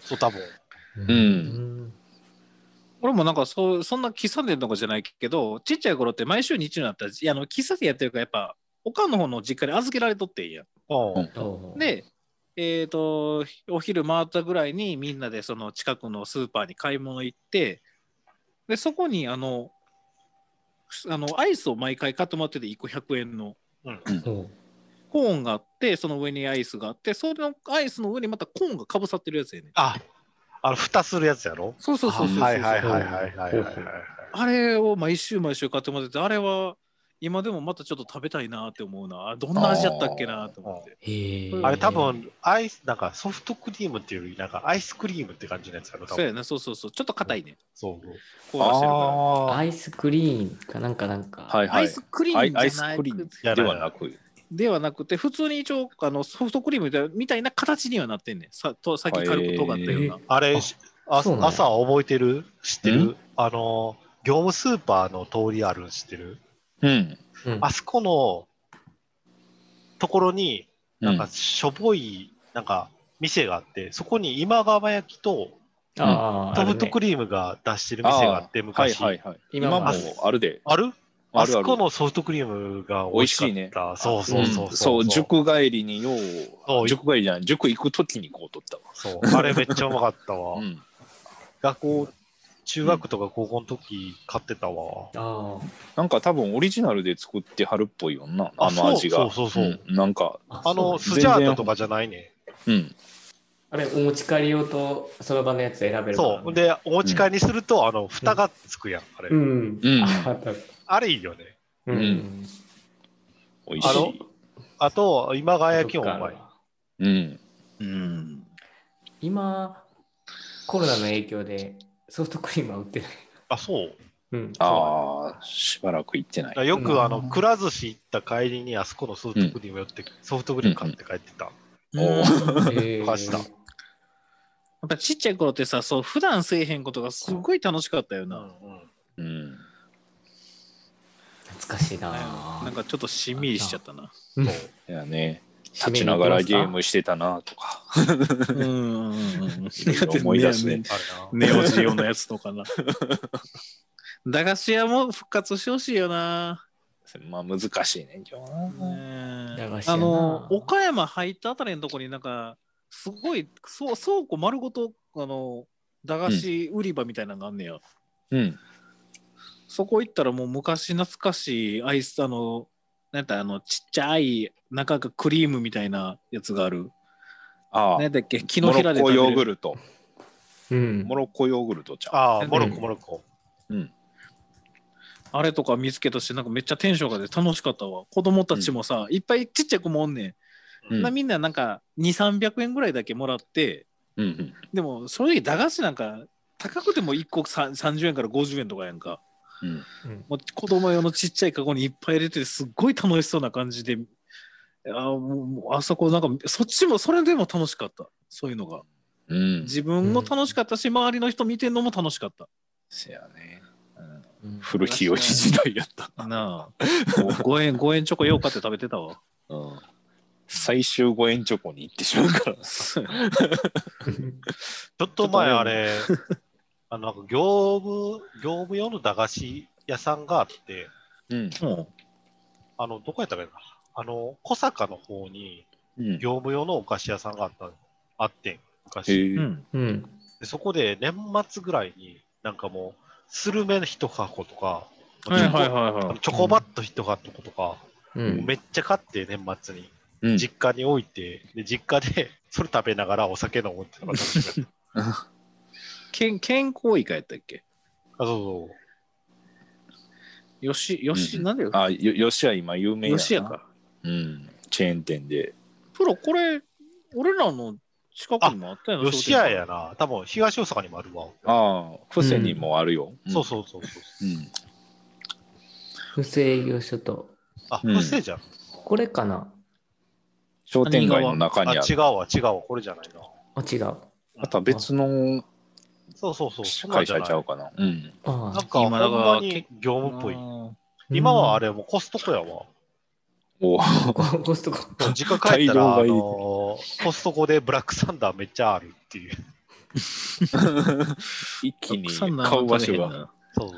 S1: そう、多分。
S4: うん
S3: う。
S4: うんん。
S5: 俺もなんかそうそんな喫茶店とかじゃないけどちっちゃい頃って毎週日曜になったらいやあの喫茶店やってるからやっぱおかんの方の実家に預けられとってんや
S1: う
S3: うんん。
S4: おう、
S5: でえっ、とお昼回ったぐらいにみんなでその近くのスーパーに買い物行ってでそこにあのあのアイスを毎回買ってもらってて1個100円の
S4: おう
S5: コーンがあってその上にアイスがあってそのアイスの上にまたコーンがかぶさってるやつやねん
S1: あ、あの、蓋するやつやろ
S5: そうそうそうそうそう
S1: あはいはいはいはいはいはいはい。
S5: あれを毎週毎週買ってもらってて、あれは今でもまたちょっと食べたいなって思うな。あどんな味だったっけなと思って。
S4: へえ
S1: あれ多分、アイス、なんかソフトクリームっていうより、なんかアイスクリームって感じのやつやろ多
S5: そう
S1: 分。
S5: やね、そうそうそう。ちょっと硬いね。
S1: そう
S5: こうしてるか
S1: ああ
S4: アイスクリーンかなんかなんか。
S3: はい
S5: ら。ア
S3: は
S5: イ
S3: い
S5: ス。クリームじゃない。
S3: アイスクリーム
S1: ー。
S3: ではなく、
S5: ではなくて、普通に一応あのソフトクリームみたいなみたいな形にはなってんねん。さとさっき軽く尖ったような。
S1: あれ、しあ
S4: そうなんや
S1: 朝覚えてる知って
S3: ん
S1: るあの、業務スーパーの通りあるん知ってる
S3: うん。
S4: うん
S1: あそこのところに、
S3: な
S1: なんかしょぼい、なんか店があって、そこに今川焼きと
S4: あ
S1: ソ
S4: ー
S1: フトクリームが出してる店があって、
S3: はい
S1: 昔。
S3: はいはい。
S4: 今も
S3: 今もあるで。
S1: ある
S3: あ
S1: あ
S3: るあ
S1: そ
S3: る
S1: こ。のソフトクリームが美
S3: 美
S1: 味
S3: 味
S1: し
S3: し
S1: かっ
S3: いね
S1: た。そうそうそうう。
S3: そう、塾帰りによ
S1: そうう、
S3: 塾帰りじゃない、塾行くときにこう取った
S1: そう。あれめっちゃうまかったわ
S3: わ。う。ん。
S1: 学校、中学とか高校の時買ってたわ。
S4: あ
S3: なんか多分オリジナルで作ってはるっぽいよな、
S1: あ
S3: あの味が。
S1: そうそうそうそう
S3: うんなんか、
S4: あ
S1: あの、
S3: そう
S1: スジャータとかじゃないね。
S3: うん。
S4: あれお持ち帰り用とその場のやつ選べるから
S1: そう。で、お持ち帰りすると、あの、蓋がつくやん、あれ。
S4: うん
S3: うん
S4: ああった
S1: あれいいよね。
S4: う
S3: うん美味
S1: あ
S3: し
S1: の
S3: い。
S1: あと、今川焼きもうまい。
S3: うん。
S5: うん。
S4: 今コロナの影響でソフトクリームは売ってない、
S1: あ、そう。
S4: うん、
S3: ああ、しばらく行ってな
S1: だから
S3: い。
S1: よ
S4: うん
S1: く、あの、くら寿司行った帰りに、あそこのソフトクリーム寄って、ソフトクリーム買って帰ってた。
S3: おー
S4: あえ
S1: パスタ
S5: やっぱちっちゃい頃ってさ、そう普段せえへんことがすごい楽しかったよな。
S3: うん。
S4: 懐かしいな
S5: なんかちょっとしんみりしちゃったな。
S3: いやね、立ちながらゲームしてたなとか、
S5: うんうんうん。
S3: 思い出す ね。
S1: あるな。
S5: ネオジオのやつとかな。駄菓子屋も復活してほしいよな。
S3: まあ難しいね、今日
S5: ね
S3: な。
S5: え
S4: 駄菓子屋な
S5: あの岡山入ったあたりのとこになんかすごいそう倉庫丸ごとあの駄菓子売り場みたいなのがあんねや。
S3: うん。
S5: そこ行ったらもう昔懐かしいアイスあのなんやったあのちっちゃい中がクリームみたいなやつがある。
S3: ああ
S5: 何や、ったっけ木の
S3: モ
S5: ひ
S3: ロ
S5: ら
S3: ッ
S5: で食
S3: コ
S5: べ
S3: ヨー
S5: る
S3: グルト。
S4: うん
S3: モロッコヨーグルトちゃ
S1: ああ、モロッコ、モロッコ。
S5: あれとか見つけとしてなんかめっちゃテンションがで楽しかったわ。子供たちもさ、いっぱいちっちゃい子もおんねん。
S3: う。うん
S5: なみんななんか2、300円ぐらいだけもらって、
S3: うんうん
S5: でも正直駄菓子なんか高くても1個さ30円から50円とかやんか。
S3: うん
S5: もう子供用のちっちゃいカゴにいっぱい入れててすっごい楽しそうな感じであもうもうあそこなんかそっちもそれでも楽しかったそういうのが
S3: うん。
S5: 自分も楽しかったし、周りの人見てんのも楽しかった
S3: せやね。うん
S4: うん
S3: 古き良き時代やった。
S5: なあ5円5円チョコようかって食べてたわ
S3: うん最終五円チョコに行ってしまうから。
S1: ちょっと前あれ、あの、なんか業務、業務用の駄菓子屋さんがあって、
S3: うん。
S5: うん
S1: あの、どこやったかなあの、小坂の方に
S3: うん。
S1: 業務用のお菓子屋さんがあった、あって、昔。
S5: う
S3: え
S5: ん
S4: うん
S1: でそこで年末ぐらいに、なんかもう、スルメの一箱とか、
S5: はいはいはい
S1: あ
S5: は
S1: のチョコバット一箱とか、
S4: うん
S1: めっちゃ買って、年末に。
S3: うん。
S1: 実家に置いて、で実家で それ食べながらお酒飲むっていうのが楽しかった
S5: い健健康以下やったっけ
S1: あ、そう
S5: よしよし、
S3: うん
S5: なんでよ
S3: あ、よ、よしや今有名やな。
S5: よしやか
S3: うん。チェーン店で。
S5: プロこれ俺らの近くにもあったよ
S1: そう。
S5: な
S1: 吉屋やな。多分、東大阪にもあるわ。
S3: ああ、伏せにもあるよ。
S1: そうそうそうそう。
S3: うん。うん。
S4: 不正営業所と
S1: あ、
S3: うん
S1: 不正じゃん。
S4: これかな
S3: 商店街の中
S1: あ、
S3: にあ
S1: 違
S3: る。
S1: うわ、違うわ、これじゃないな。
S4: あ違う
S3: また別の
S1: そうそうそう、そんなん
S3: 会
S1: じゃ
S3: 社
S1: ない。
S3: ちゃう
S1: な
S3: かな。うん。
S4: あ
S1: んか、ほん
S5: 今だから
S1: まに業務っぽい。
S5: う
S1: 今はあ
S4: れ
S1: れ、もうコストコやわ。
S3: おー
S4: コストコ
S1: 実家帰ったら、あ
S3: 大量買い
S1: のーコストコでブラックサンダーめっちゃあるっていう。
S3: 一気
S5: ん
S3: に
S5: 臭んな
S3: 買う場所
S5: 食べへん
S3: が。
S5: な
S1: そう。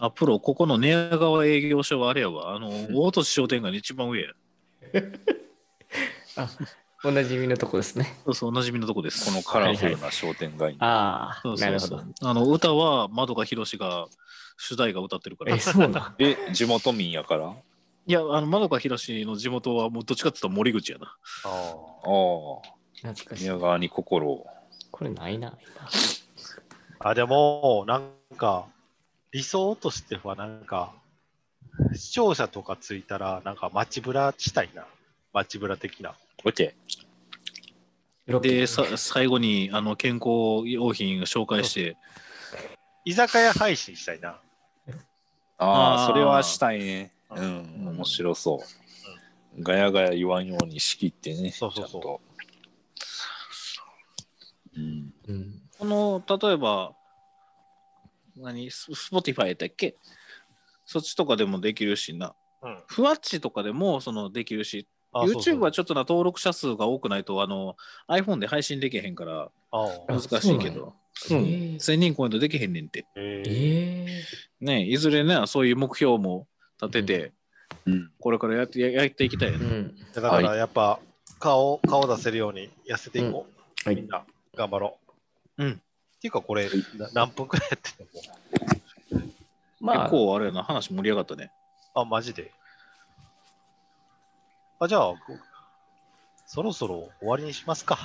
S5: あ、プロ、ここの寝屋川営業所はあれやわ。あの、
S3: ん
S5: 大都市商店街の一番上や。
S4: おなじみのとこですね
S5: そうそう、おなじみのとこです。
S3: このカラフルな商店街に。
S4: あ
S5: そ
S4: あ
S5: う
S4: な
S5: そ
S4: る
S5: う
S4: ほど
S5: そう。あの、歌は、窓が広しが、主題歌歌ってるから。
S4: え
S5: い
S4: そうなん
S3: え、地元民やからあ
S5: や、あの、窓が広しの地元は、もうどっちかって言ったら森口やな。
S1: あ
S3: あ、宮
S4: 懐かしい
S3: 川に心を。
S4: これないな
S1: ああ、でも、なんか、理想としては、なんか、視聴者とかついたら、なんか街ブラしたいな。街ブラ的な。
S3: オッケ
S4: 今
S5: で、さ最後に、あの、健康用品紹介して、
S1: 居酒屋配信したいな。
S3: ー。あ
S5: あー
S3: あ、それはしたいね。う
S1: うん
S3: ん、面白そう。ガヤガヤ言わんように仕切ってね。
S1: そうそうそう
S3: ちゃんとうん。
S4: うん。
S5: この、例えば、何、ススポティファイだっけそっちとかでもできるしな。
S1: うん
S5: ふわっちとかでもそのできるし、
S1: あ
S5: YouTube
S1: そ
S5: は
S1: う
S5: ちょっとな登録者数が多くないとあの iPhone で配信できへんから
S1: そうああ
S5: 難しいけど、
S4: え
S5: うん
S4: ー
S5: 1000人超えんとできへんねんって。
S1: えー
S4: えー
S5: ねいずれね、そういう目標も立てて、
S3: うん。
S5: これからやってややっていきたいよ
S4: う
S5: ね。
S4: ん。
S1: だからやっぱ顔顔出せるように痩せていこう、
S4: うんはい
S1: みんな頑張ろう、
S5: うん
S1: っていうかこれな何分くらいやってんのも
S4: まあ
S5: 結、構あれやな、話盛り上がったね。
S1: うあマジであじゃあそろそろ終わりにしますか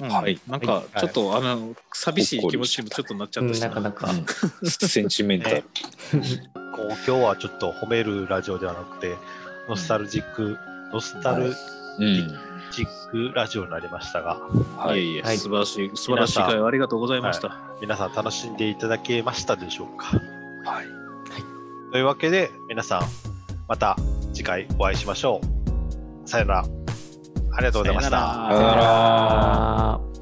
S5: うん
S3: はい
S5: なんかちょっと、あの寂しい気持ちもちょっとなっちゃ
S4: う
S5: っ
S4: ん
S5: たし
S4: なかなか。
S3: センチメンタル。
S1: こう今日はちょっと褒めるラジオではなくてノスタルジックノスタル
S3: うん。
S1: ジックラジオになりましたが
S3: はいい。
S5: えいえ、
S4: はい
S5: 素晴らしい、素晴らしい会話ありがとうございました。
S1: 皆さん楽しんでいただけましたでしょうか
S3: はい。
S1: というわけで皆さんまた次回お会いしましょうさよならありがとうございました
S5: さよなら
S3: さよなら。
S4: あー